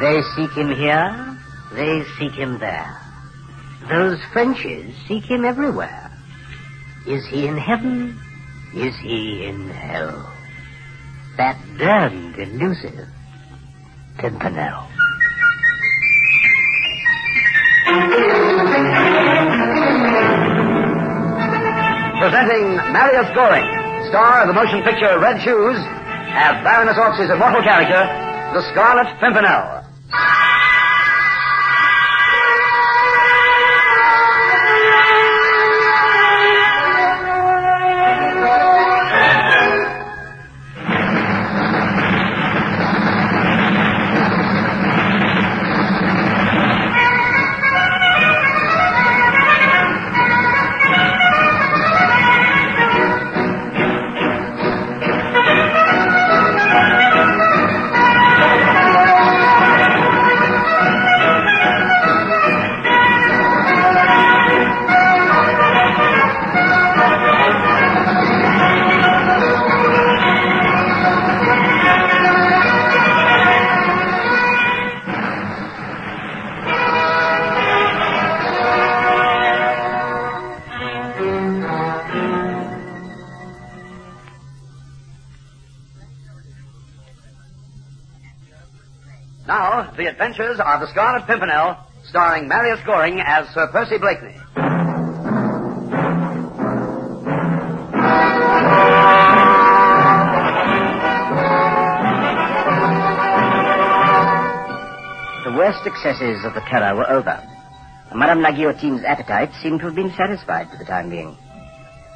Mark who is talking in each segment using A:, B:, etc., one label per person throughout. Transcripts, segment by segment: A: I seek him here, they seek him there. Those Frenches seek him everywhere. Is he in heaven? Is he in hell? That damned elusive Pimpernel.
B: Presenting Marius Goring, star of the motion picture Red Shoes, as Baroness Orpsey's immortal character, the Scarlet Pimpernel. Now, the adventures of the Scarlet Pimpernel, starring Marius Goring as Sir Percy Blakeney.
A: The worst excesses of the terror were over, and Madame la Guillotine's appetite seemed to have been satisfied for the time being.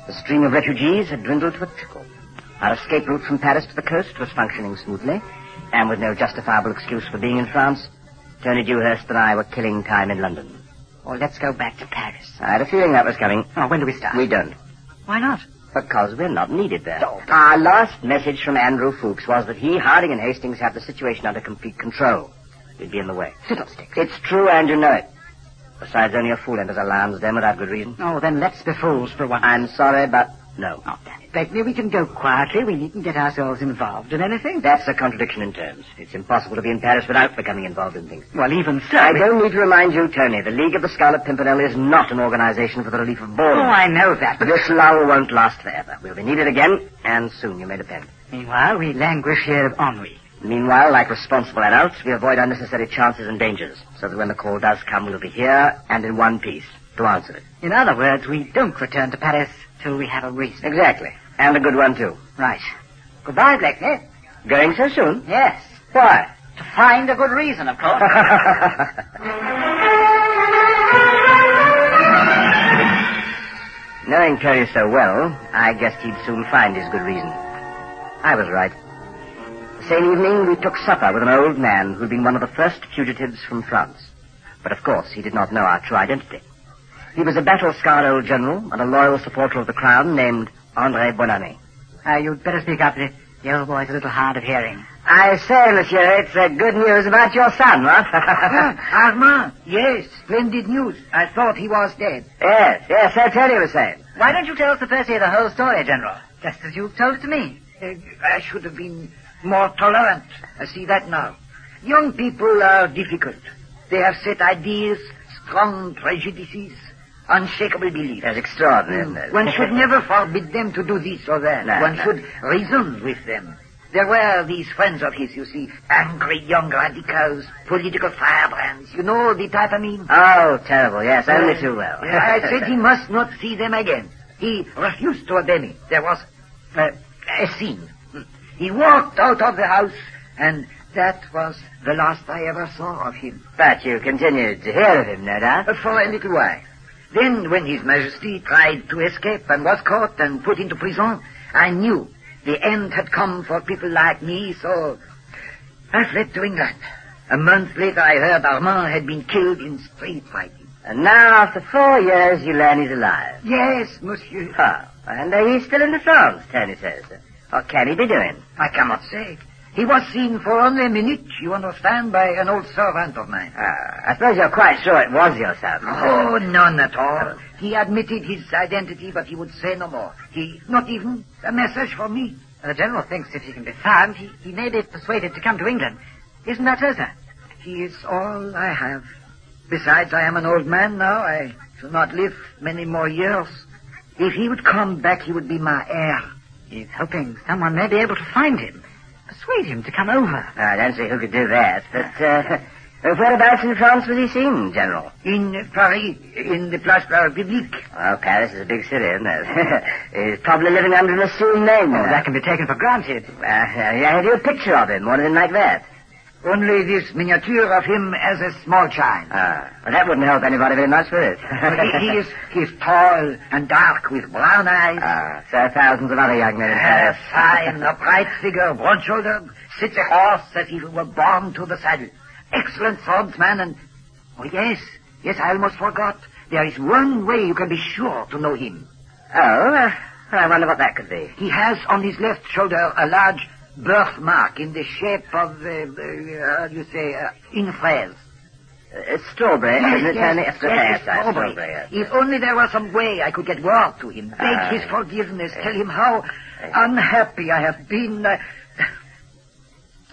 A: The stream of refugees had dwindled to a trickle. Our escape route from Paris to the coast was functioning smoothly, and with no justifiable excuse for being in France, Tony Dewhurst and I were killing time in London. Well, let's go back to Paris. I had a feeling that was coming. Oh, when do we start? We don't. Why not? Because we're not needed there. Our last message from Andrew Fuchs was that he, Harding, and Hastings have the situation under complete control. We'd be in the way. Fiddlesticks. It's true, and you know it. Besides, only a fool enters alarms them without good reason.
C: Oh, then let's be fools for once.
A: I'm sorry, but no.
C: Oh, damn it, Blakeney, we can go quietly. We needn't get ourselves involved in anything.
A: That's a contradiction in terms. It's impossible to be in Paris without becoming involved in things.
C: Well, even so.
A: I
C: we-
A: don't need to remind you, Tony, the League of the Scarlet Pimpernel is not an organization for the relief of
C: Oh,
A: boredom.
C: I know that. But
A: This lull won't last forever. We'll be needed again, and soon, you may depend.
C: meanwhile, we languish here of ennui.
A: Meanwhile, like responsible adults, we avoid unnecessary chances and dangers, so that when the call does come, we'll be here and in one piece to answer it.
C: In other words, we don't return to Paris till we have a reason.
A: Exactly. And a good one, too.
C: Right. Goodbye, Blakeney.
A: Going so soon?
C: Yes.
A: Why?
C: To find a good reason, of course.
A: Knowing Perry so well, I guessed he'd soon find his good reason. I was right. The same evening, we took supper with an old man who'd been one of the first fugitives from France. But of course, he did not know our true identity. He was a battle-scarred old general and a loyal supporter of the crown named André Bonamy.
C: Uh, you'd better speak up. The the old boy's a little hard of hearing.
A: I say, monsieur, it's uh, good news about your son, what?
C: Ah, Armand. Yes, splendid news. I thought he was dead.
A: yes, yes, so Tony was saying.
C: Why don't you tell Sir Percy the whole story, General? Just as you've told it to me. Uh, I should have been more tolerant. I see that now. Young people are difficult. They have set ideas, strong prejudices, unshakable beliefs.
A: That's extraordinary, isn't it?
C: One should never forbid them to do this or that.
A: No,
C: One
A: no.
C: should reason with them. There were these friends of his, you see, angry young radicals, political firebrands. You know the type I mean?
A: Oh, terrible, yes, only too well.
C: Uh, I said he must not see them again. He refused to obey me. There was uh, a scene. He walked out of the house, and that was the last I ever saw of him.
A: But you continued to hear of him, no doubt.
C: Uh, for a little while. Then, when His Majesty tried to escape and was caught and put into prison, I knew the end had come for people like me, so I fled to England. A month later, I heard Armand had been killed in street fighting.
A: And now, after four years, you learn he's alive.
C: Yes, monsieur.
A: Oh, and uh, he's still in the France, Tony says. What can he be doing?
C: I cannot say. He was seen for only a minute, you understand, by an old servant of mine.
A: Ah, I suppose you're quite sure it was your son.
C: Oh, none at all. He admitted his identity, but he would say no more. He, not even a message for me. The General thinks if he can be found, he, he may be persuaded to come to England. Isn't that so, sir?
D: He is all I have. Besides, I am an old man now. I shall not live many more years. If he would come back, he would be my heir.
E: He's hoping someone may be able to find him. Persuade him to come over.
A: Uh, I don't see who could do that, but uh, whereabouts in France was he seen, General?
D: In Paris, in the Place de la République.
A: Well, Paris is a big city, isn't it? He's probably living under an assumed name.
C: Oh,
E: Well, Oh, that can be taken for granted.
A: Uh, I have you a picture of him, one of him like that.
D: Only this miniature of him as a small child.
A: Ah, well, that wouldn't help anybody very much, would it?
D: he, he, is, he is tall and dark with brown eyes.
A: Ah, so thousands of other
E: Ah.
A: young men in Paris.
C: Uh,
D: A fine, upright figure, broad-shouldered, sits a horse as if he were born to the saddle. Excellent swordsman and... Oh, yes, yes, I almost forgot. There is one way you can be sure to know him.
A: Oh, uh, I wonder what that could be.
D: He has on his left shoulder a large birthmark in the shape of, uh, uh, how do you say, uh, in phrase.
A: Uh, strawberry, yes, yes, yes,
D: strawberry. strawberry. If only there was some way I could get word to him, beg uh, his forgiveness, tell him how unhappy I have been. uh,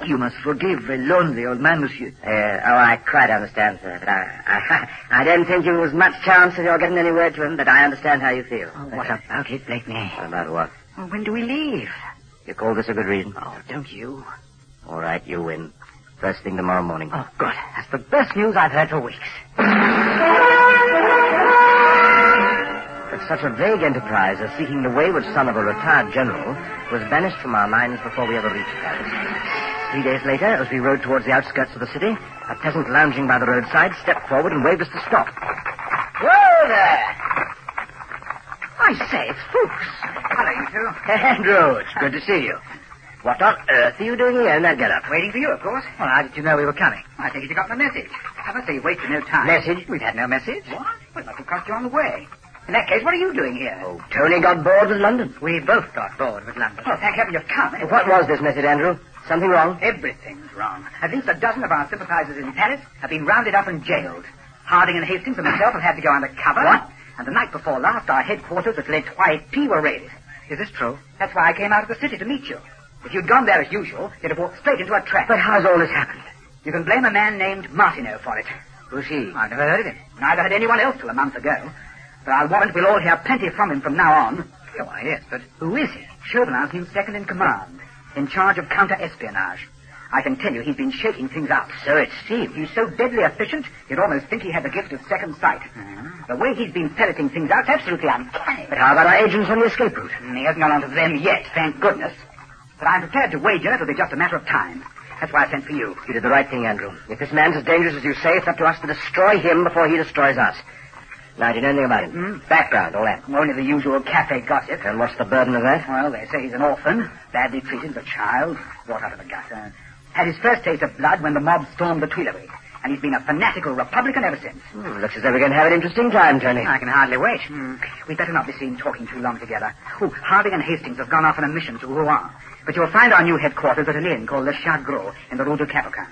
D: You must forgive a lonely old man, monsieur.
A: oh, I quite understand, sir. But I, I, I don't think there was much chance of your getting any word to him, but I understand how you feel.
E: Oh, what about it, Blakeney?
A: About what?
E: Well, when do we leave?
A: You call this a good reason?
E: Oh, don't you?
A: All right, you win. First thing tomorrow morning.
E: Oh, good. That's the best news I've heard for weeks.
A: But such a vague enterprise as seeking the wayward son of a retired general was banished from our minds before we ever reached Paris. Three days later, as we rode towards the outskirts of the city, a peasant lounging by the roadside stepped forward and waved us to stop.
C: Whoa there!
E: I say, it's Fuchs.
C: Hello, you two.
A: Andrew, it's good to see you. What on earth are you doing here in that get-up?
C: Waiting for you, of course.
E: Well, how did you know we were coming?
C: I think you got my message. I must say you wasted no time.
A: Message?
C: We've had no message. What? We must have crossed you on the way. In that case, what are you doing here?
A: Oh, Tony got bored with London.
C: We both got bored with London.
E: Oh, thank heaven you've come.
A: Anyway. What was this message, Andrew? Something wrong?
C: Everything's wrong. At least a dozen of our sympathizers in Paris have been rounded up and jailed. Harding and Hastings and myself have had to go under cover.
A: What?
C: And the night before last, our headquarters at L'Etoile P were raided.
E: Is this true?
C: That's why I came out of the city to meet you. If you'd gone there as usual, you'd have walked straight into a trap.
A: But how's all this happened?
C: You can blame a man named Martineau for it.
A: Who's he?
C: I've never heard of him. Neither had anyone else till a month ago. But I'll warrant we'll all hear plenty from him from now on.
E: Oh, why, yes, but
C: who is he? Chauvelin's new second in command, in charge of counter-espionage. I can tell you he's been shaking things up.
A: So it seems.
C: He's so deadly efficient, you'd almost think he had the gift of second sight. Mm. The way he's been ferreting things out's absolutely uncanny.
A: But how about our agents on the escape route?
C: Mm, he hasn't gone on to them yet, thank goodness. But I'm prepared to wager it'll be just a matter of time. That's why I sent for you.
A: You did the right thing, Andrew. If this man's as dangerous as you say, it's up to us to destroy him before he destroys us. Now, do you know anything about him? Mm. Background, all that.
C: Hmm? Only the usual cafe gossip.
A: And what's the burden of that?
C: Well, they say he's an orphan, badly treated as a child, brought out of a gutter, had his first taste of blood when the mob stormed the Tuileries, and he's been a fanatical Republican ever since.
A: Mm, looks as though we're going to have an interesting time, Tony.
C: I can hardly wait. Mm. We'd better not be seen talking too long together. Oh, Harding and Hastings have gone off on a mission to Rouen, but you'll find our new headquarters at an inn called Le Chagros in the Rue du Capucin.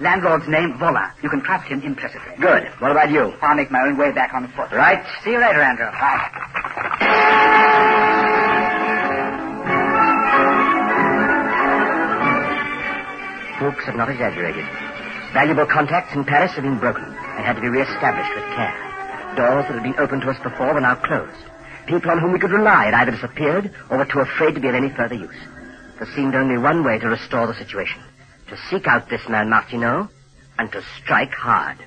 C: Landlord's name, Vola. You can trust him implicitly.
A: Good. What about you?
C: I'll make my own way back on foot.
A: Right.
C: See you later, Andrew. Bye.
A: Fuchs had not exaggerated. Valuable contacts in Paris had been broken and had to be re-established with care. Doors that had been open to us before were now closed. People on whom we could rely had either disappeared or were too afraid to be of any further use. There seemed only one way to restore the situation. To seek out this man Martineau and to strike hard.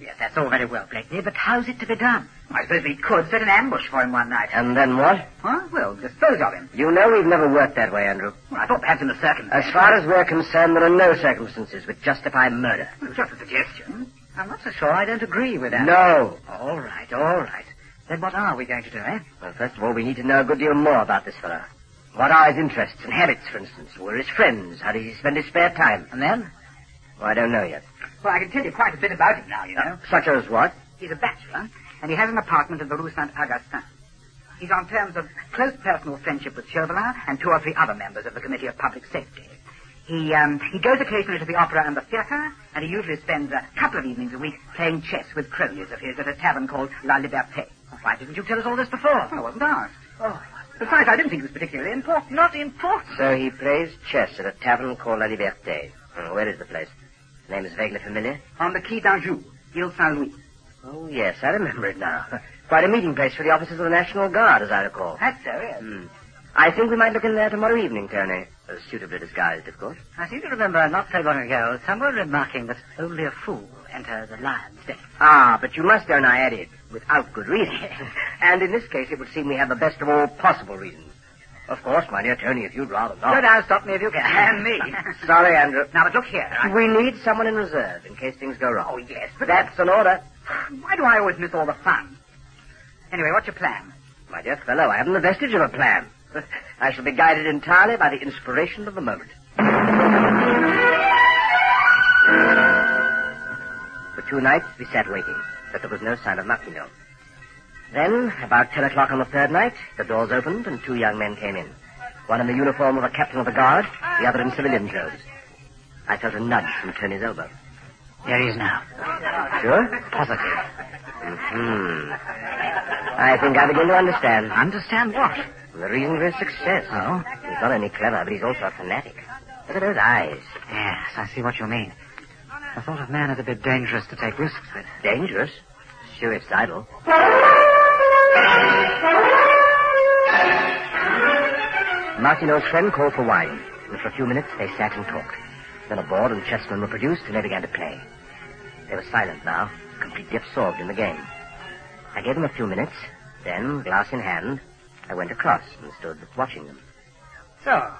E: Yes, that's all very well, Blakeney, but how's it to be done?
C: I suppose we could set an ambush for him one night.
A: And then what?
C: Huh? Well, dispose of him.
A: You know we've never worked that way, Andrew.
C: Well, I thought perhaps in the circumstances.
A: As far as we're concerned, there are no circumstances which justify murder.
C: Well, just a suggestion. I'm not so sure I don't agree with that.
A: No.
C: All right, all right. Then what are we going to do, eh?
A: Well, first of all, we need to know a good deal more about this fellow. What are his interests and habits, for instance? Who are his friends? How does he spend his spare time?
C: And then?
A: Well, I don't know yet. Uh,
C: Well, I can tell you quite a bit about him now, you know.
A: Such as what?
C: He's a bachelor, and he has an apartment in the Rue Saint Augustin. He's on terms of close personal friendship with Chauvelin and two or three other members of the Committee of Public Safety. He, um, he goes occasionally to the opera and the theatre, and he usually spends a couple of evenings a week playing chess with cronies of his at a tavern called La Liberté.
E: Why didn't you tell us all this before?
C: I wasn't asked. Oh, besides, I didn't think it was particularly important.
E: Not important.
A: So he plays chess at a tavern called La Liberté. Oh, where is the place? The name is vaguely familiar.
C: On the Quai d'Anjou, Ile Saint Louis.
A: Oh, yes, I remember it now. Quite a meeting place for the officers of the National Guard, as I recall.
C: That's so, yes.
A: Hmm. I think we might look in there tomorrow evening, Tony. Uh, suitably disguised, of course.
E: I seem to remember not so long ago someone remarking that only a fool enters the lion's den.
A: Ah, but you must own I added, without good reason. and in this case, it would seem we have the best of all possible reasons. Of course, my dear Tony, if you'd rather not.
E: Go down, stop me if you can.
C: Oh. And me.
A: Sorry, Andrew.
C: now, but look here. I...
A: We need someone in reserve in case things go wrong.
C: Oh, yes, but
A: That's an order.
C: Why do I always miss all the fun? Anyway, what's your plan?
A: My dear fellow, I haven't the vestige of a plan. I shall be guided entirely by the inspiration of the moment. For two nights, we sat waiting, but there was no sign of Martino. Then, about ten o'clock on the third night, the doors opened and two young men came in. One in the uniform of a captain of the guard, the other in civilian clothes. I felt a nudge from Tony's elbow.
E: There he is now.
A: Sure? Positive. hmm Mm-hmm. I think I begin to understand.
E: Understand what?
A: The reason for his success.
E: Oh?
A: He's not only clever, but he's also a fanatic. Look at those eyes.
E: Yes, I see what you mean. The sort of man is a bit dangerous to take risks with.
A: Dangerous. Suicidal. Martineau's friend called for wine, and for a few minutes they sat and talked. Then a board and chessmen were produced, and they began to play. They were silent now, completely absorbed in the game. I gave them a few minutes, then, glass in hand, I went across and stood watching them.
E: So,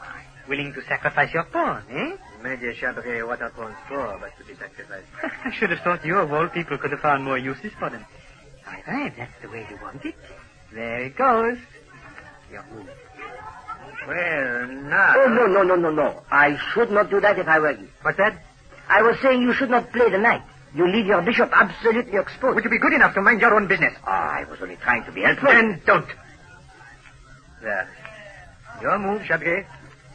E: willing to sacrifice your pawn, eh?
F: Major Chabrier, what are pawns for but to be sacrificed?
E: I should have thought you, of all people, could have found more uses for them. All right, that's the way you want it. There it goes. Your move.
F: Well,
C: Ah,
F: now.
A: Oh, no, no, no, no, no. I should not do that if I were you.
F: What's that?
A: I was saying you should not play the knight. You leave your bishop absolutely exposed.
F: Would you be good enough to mind your own business?
A: Ah, I was only trying to be helpful.
F: Then don't. There. Your move, Chabrier.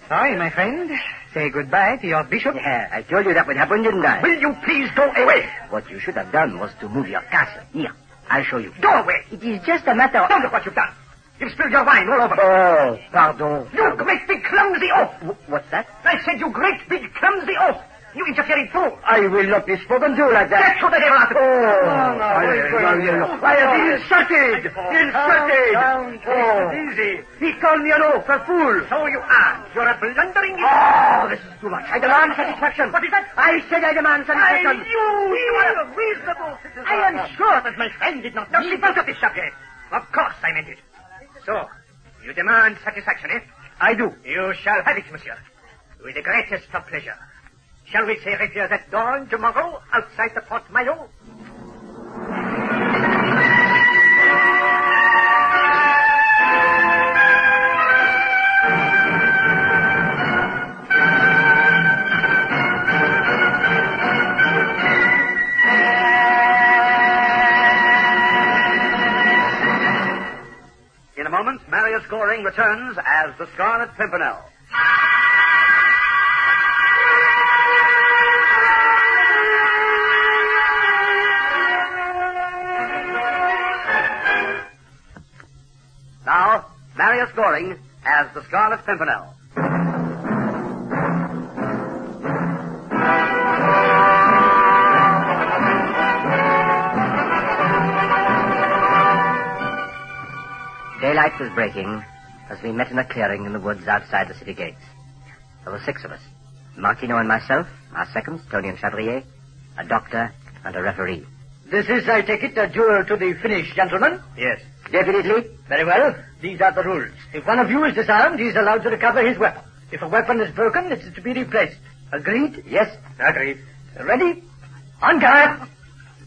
E: Sorry, my friend. Say goodbye to your bishop.
A: Yeah, I told you that would happen, didn't I?
F: Will you please go away?
A: What you should have done was to move your castle. Here, I'll show you.
F: Go away!
A: It is just a matter of...
F: Now look what you've done. You've spilled your wine all over.
A: Oh, pardon.
F: You great big clumsy oaf!
A: Wh- What's that?
F: I said you great big clumsy oaf! You interfering fool!
A: I will not be spoken to like
F: Get
A: that.
F: to the devil out of
A: Oh,
F: No, no,
A: I,
F: wait, wait,
A: no,
F: wait.
A: no, no. I have been insulted. Insulted. Oh.
F: Easy.
A: He called me an oaf, a fool.
F: So you are. You're a blundering
A: Oh, this is too much. I demand satisfaction. What is that? I said I
F: I
A: demand satisfaction.
F: knew you were a reasonable citizen. I am sure that my friend did not. Now keep out of this subject. Of course I meant it. So, you demand satisfaction, eh?
A: I do.
F: You shall have it, monsieur. With the greatest of pleasure. Shall we say right here that dawn tomorrow outside the Port Maillot?
B: In a moment, Marius Goring returns as the Scarlet Pimpernel. Now, Marius Goring as the Scarlet Pimpernel.
A: Daylight was breaking as we met in a clearing in the woods outside the city gates. There were six of us. Martino and myself, our seconds, Tony and Chabrier, a doctor, and a referee.
B: This is, I take it, a duel to the finish, gentlemen.
F: Yes.
B: Definitely. Very well. These are the rules. If one of you is disarmed, he is allowed to recover his weapon. If a weapon is broken, it is to be replaced. Agreed? Yes.
F: Agreed.
B: Ready? On guard.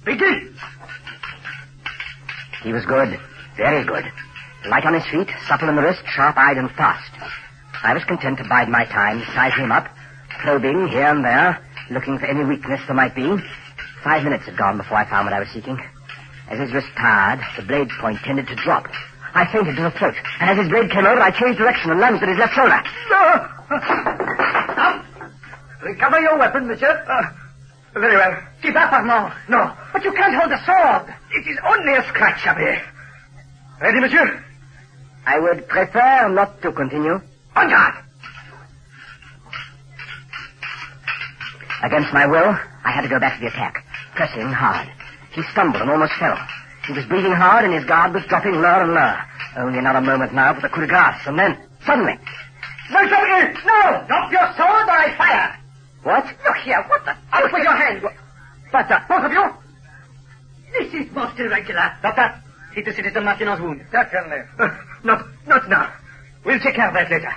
B: Begin.
A: He was good, very good. Light on his feet, supple in the wrist, sharp-eyed and fast. I was content to bide my time, size him up, probing here and there, looking for any weakness there might be. Five minutes had gone before I found what I was seeking. As his wrist tired, the blade point tended to drop. I fainted to the throat, and as his blade came over, I changed direction and lunged at his left shoulder.
B: Recover your weapon, monsieur. very well. Give up, Armand. No. But you can't hold a sword. It is only a scratch, Xavier. Ready, monsieur?
A: I would prefer not to continue.
B: On guard.
A: Against my will, I had to go back to the attack, pressing hard. He stumbled and almost fell. He was breathing hard, and his guard was dropping lower and lower. Only another moment now for the coup de grace, and then, suddenly...
F: No, Jumkin! No! Drop your sword or I fire!
A: What?
F: Look here, what the... Out with your hand!
A: But, uh,
F: Both of you!
C: This is most irregular.
F: Doctor, see to Citizen Martino's wound.
E: Certainly.
F: Uh, not, not now. We'll take care of that later.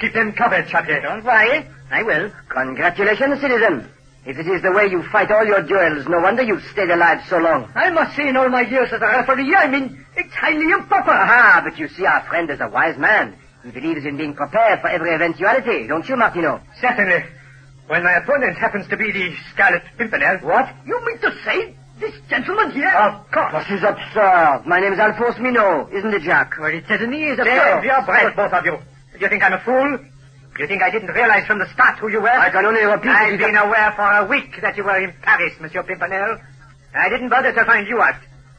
F: Keep them covered, Chapier.
A: Don't worry. I will. Congratulations, citizen. If it is the way you fight all your duels, no wonder you've stayed alive so long.
F: I must say in all my years as a referee, I mean, it's highly improper.
A: Aha, but you see, our friend is a wise man. He believes in being prepared for every eventuality, don't you, Martino?
E: Certainly. When my opponent happens to be the Scarlet Pimpernel.
A: What?
F: You mean to say this gentleman here?
E: Of course.
A: This is absurd. My name is Alphonse Minot, isn't it, Jacques?
F: Well, it certainly is
E: Save
F: absurd.
E: your breath, both of you. Do you think I'm a fool? Do you think I didn't realize from the start who you were?
A: I can only repeat
E: I've
A: it.
E: been aware for a week that you were in Paris, Monsieur Pimpernel. I didn't bother to find you out,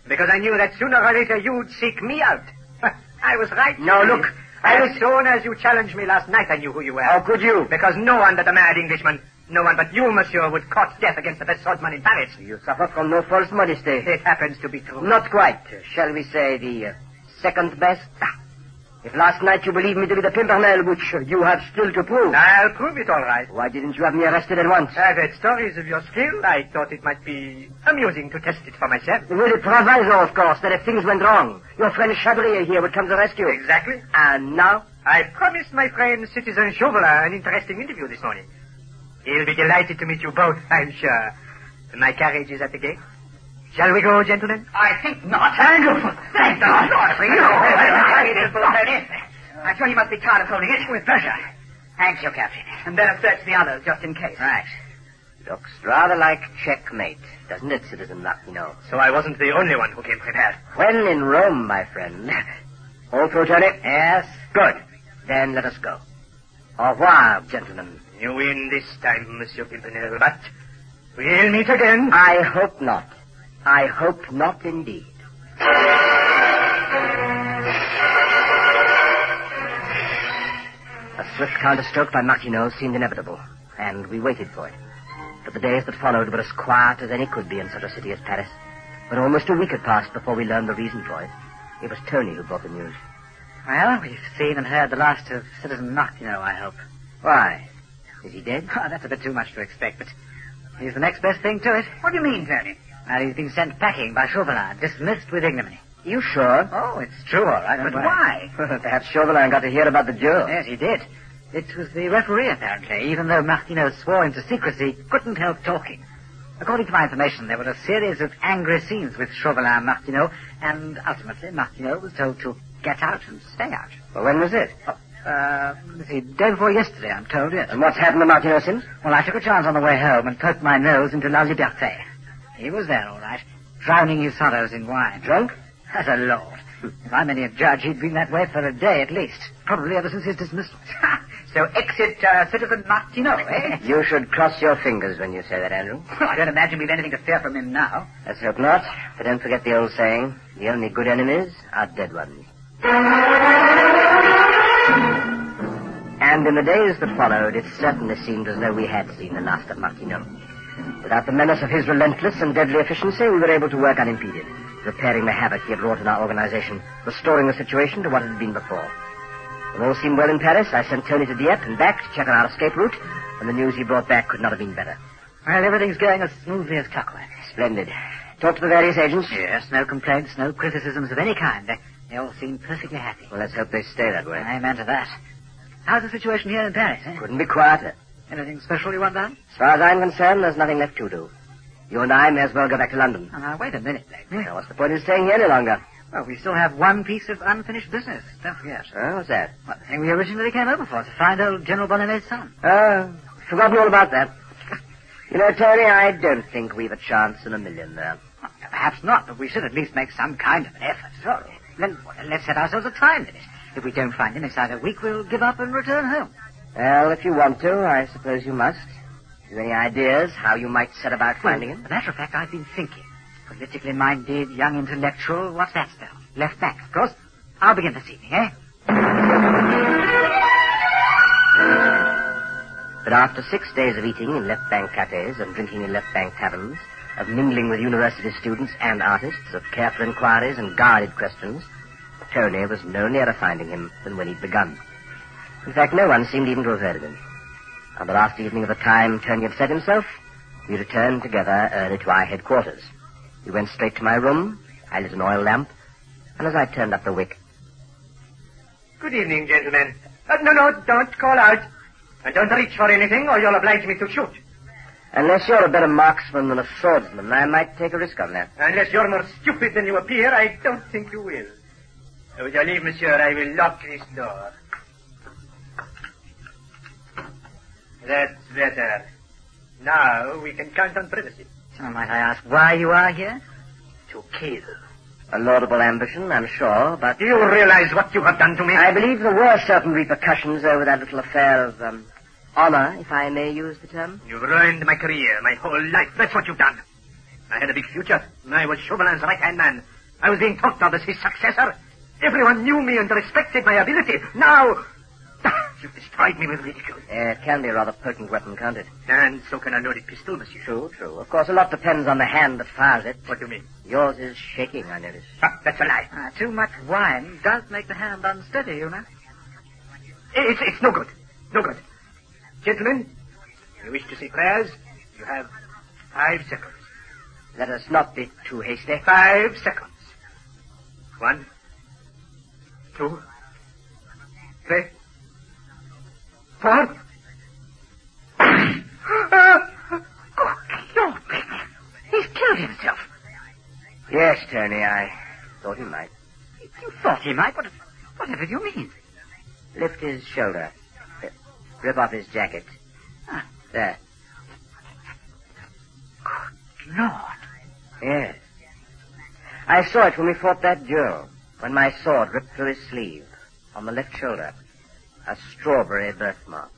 E: because I knew that sooner or later you'd seek me out. I was right.
A: No, look, I Oh.
E: As
A: was-
E: soon as you challenged me last night, I knew who you were.
A: How could you?
E: Because no one but a mad Englishman, no one but you, Monsieur, would court death against the best swordsman in Paris.
A: You suffer from no false modesty.
E: It happens to be true.
A: Not quite. Shall we say the uh, second best? If last night you believed me to be the Pimpernel, which uh, you have still to prove,
E: I'll prove it all right.
A: why didn't you have me arrested at once?
E: I've heard stories of your skill. I thought it might be amusing to test it for myself.
A: With a proviso, of course, that if things went wrong, your friend Chabrier here would come to rescue.
E: Exactly.
A: And now?
E: I promised my friend Citizen Chauvelin an interesting interview this morning. He'll be delighted to meet you both, I'm sure. My carriage is at the gate. Shall we go, gentlemen?
C: I think not. Thank God. Thank God. for you. I'm sure you must be tired of holding it. With pleasure. Thank you, Captain. And better search the others just in case. Right.
A: Looks rather like checkmate, doesn't it, Citizen Martino?
E: So I wasn't the only one who came prepared.
A: When in Rome, my friend. All through, Tony? Yes. Good. Then let us go. Au revoir, gentlemen.
E: You win this time, Monsieur Pimpernel, but we'll meet again.
A: I hope not. I hope not indeed. A swift counterstroke by Martineau seemed inevitable, and we waited for it. But the days that followed were as quiet as any could be in such a city as Paris. But almost a week had passed before we learned the reason for it. It was Tony who brought the news.
C: Well, we've seen and heard the last of Citizen Martineau, I hope.
A: Why? Is he dead?
C: Oh, that's a bit too much to expect, but he's the next best thing to it. What do you mean, Tony? Well, he's been sent packing by Chauvelin, dismissed with ignominy.
A: You sure?
C: Oh, it's true, all right. But
A: Well,
C: why?
A: Perhaps Chauvelin got to hear about the duel.
C: Yes, he did. It was the referee, apparently, even though Martino swore him to secrecy, couldn't help talking. According to my information, there were a series of angry scenes with Chauvelin and Martineau, and ultimately Martineau was told to get out and stay out.
A: Well, when was it?
C: Uh, let's see, day before yesterday, I'm told, yes.
A: Oh, And what's happened to Martineau since?
C: Well, I took a chance on the way home and poked my nose into La Liberté. He was there, all right, drowning his sorrows in wine.
A: Drunk?
C: As a lord. If I'm any judge, he'd been that way for a day at least. Probably ever since his dismissal. so exit uh, Citizen Martino, eh?
A: You should cross your fingers when you say that, Andrew.
C: Well, I don't imagine we've anything to fear from him now.
A: Let's hope not. But don't forget the old saying, the only good enemies are dead ones. And in the days that followed, it certainly seemed as though we had seen the last of Martino. Without the menace of his relentless and deadly efficiency, we were able to work unimpeded, repairing the havoc he had wrought in our organization, restoring the situation to what it had been before. When all seemed well in Paris, I sent Tony to Dieppe and back to check on our escape route, and the news he brought back could not have been better.
C: Well, everything's going as smoothly as clockwork.
A: Splendid. Talk to the various agents.
C: Yes, no complaints, no criticisms of any kind. They, they all seem perfectly happy.
A: Well, let's hope they stay that way.
C: Amen to that. How's the situation here in Paris, eh?
A: Couldn't be quieter.
C: Anything special you want done?
A: As far as I'm concerned, there's nothing left to do. You and I may as well go back to London.
C: Oh, now, wait a minute, Blake.
A: Now, what's the point of staying here any longer?
C: Well, we still have one piece of unfinished business. Don't forget.
A: Oh, what's that?
C: Well, the thing we originally came over for, to find old General Bonnemet's son.
A: Oh, forgotten all about that. You know, Tony, I don't think we've a chance in a million there.
C: Well, perhaps not, but we should at least make some kind of an effort. Sure. Then well, let's set ourselves a time limit. If we don't find him inside a week, we'll give up and return home.
A: Well, if you want to, I suppose you must. You any ideas how you might set about finding
C: Well,
A: him?
C: As a matter of fact, I've been thinking. Politically minded, young intellectual, what's that spell? Left back, of course. I'll begin this evening, eh?
A: that after six days of eating in left bank cafes and drinking in left bank taverns, of mingling with university students and artists, of careful inquiries and guarded questions, Tony was no nearer finding him than when he'd begun. In fact, no one seemed even to have heard of him. On the last evening of the time Tony had set himself, we returned together early to our headquarters. We went straight to my room, I lit an oil lamp, and as I turned up the wick,
E: Good evening, gentlemen. Uh, no, no, don't call out. And don't reach for anything or you'll oblige me to shoot.
A: unless you're a better marksman than a swordsman, I might take a risk on that.
E: Unless you're more stupid than you appear, I don't think you will. So with your leave, monsieur, I will lock this door. That's better. Now we can count on privacy.
D: So might I ask why you are here? To kill.
A: A laudable ambition, I'm sure, but
E: Do you realize what you have done to me?
A: I believe there were certain repercussions over that little affair of um, honor, if I may use the term.
E: You've ruined my career, my whole life. That's what you've done. I had a big future. I was Chauvelin's right-hand man. I was being talked of as his successor. Everyone knew me and respected my ability. Now, you've destroyed me with ridicule.
A: Eh, It can be a rather potent weapon, can't it?
E: And so can a loaded pistol, monsieur.
A: True, true. Of course, a lot depends on the hand that fires it.
E: What do you mean?
A: Yours is shaking, I notice.
E: Ah, that's a lie.
C: uh,
D: Ah, too much wine does make the hand unsteady, you know.
E: I- It's, it's no good. No good. Gentlemen, you wish to say prayers? You have five seconds.
A: Let us not be too hasty.
E: Five seconds. One, two, three, four.
D: Lord, he's killed himself.
A: Yes, Tony, I thought he might.
D: You thought he might. What, whatever do you mean?
A: Lift his shoulder. Eh, Rip off his jacket.
D: Ah.
A: There.
D: Lord.
A: Yes. I saw it when we fought that duel, when my sword ripped through his sleeve, on the left shoulder. A strawberry birthmark.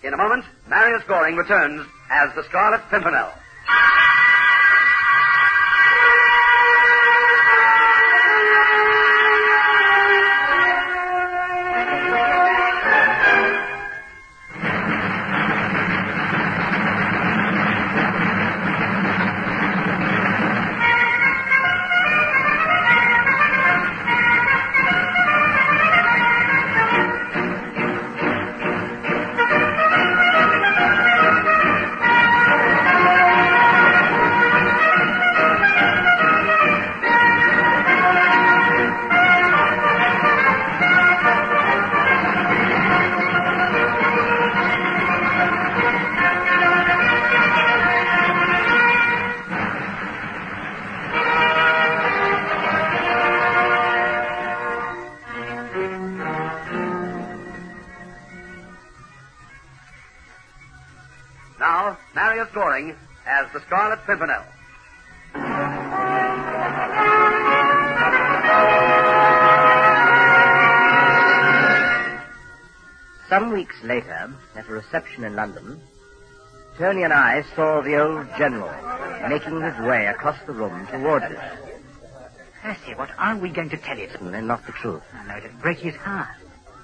B: In a moment, Marius Goring returns as the Scarlet Pimpernel. Now, Marius Goring as the Scarlet Pimpernel.
A: Some weeks later, at a reception in London, Tony and I saw the old general making his way across the room towards us.
D: Percy, what are we going to tell him?
A: Certainly not the truth.
D: I know it'll break his heart.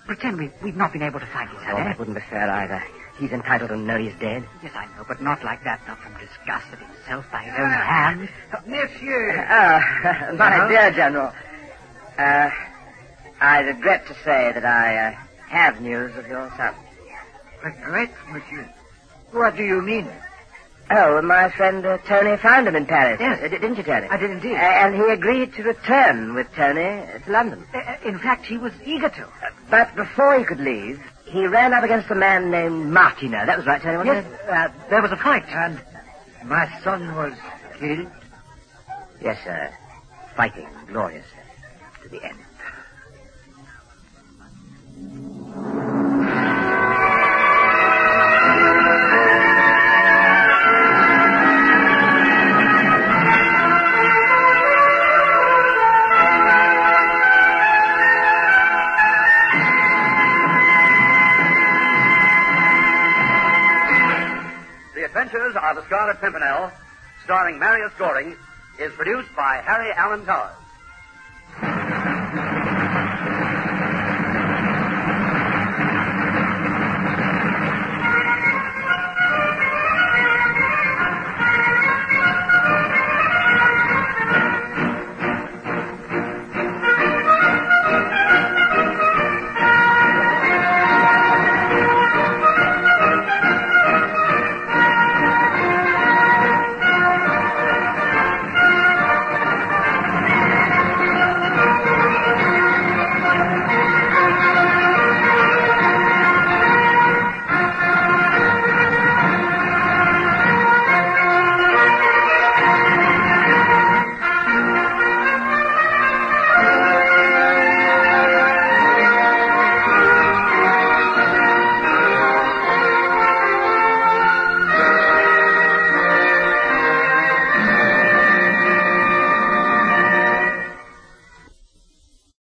D: Pretend we've, we've not been able to find his
A: Oh,
D: head.
A: that wouldn't be fair either. He's entitled to know he's dead.
D: Yes, I know, but not like that. Not from disgust at himself by his own hand.
A: Uh, my
D: No?
A: dear General, uh, I regret to say that I uh, have news of your son.
D: Regret, monsieur. What do you mean?
A: Oh, my friend uh, Tony found him in Paris.
D: Yes.
A: Uh, didn't you, Tony?
D: I did indeed.
A: Uh, and he agreed to return with Tony uh, to London. Uh,
D: Uh, in fact, he was eager to.
A: But before he could leave, he ran up against a man named Martino. That was right, Tony, wasn't
D: Yes, uh, there was a fight, and my son was killed.
A: it? Yes, sir. Fighting gloriously to the end.
E: Adventures of the Scarlet Pimpernel, starring Marius Goring, is produced by Harry Allen Towers.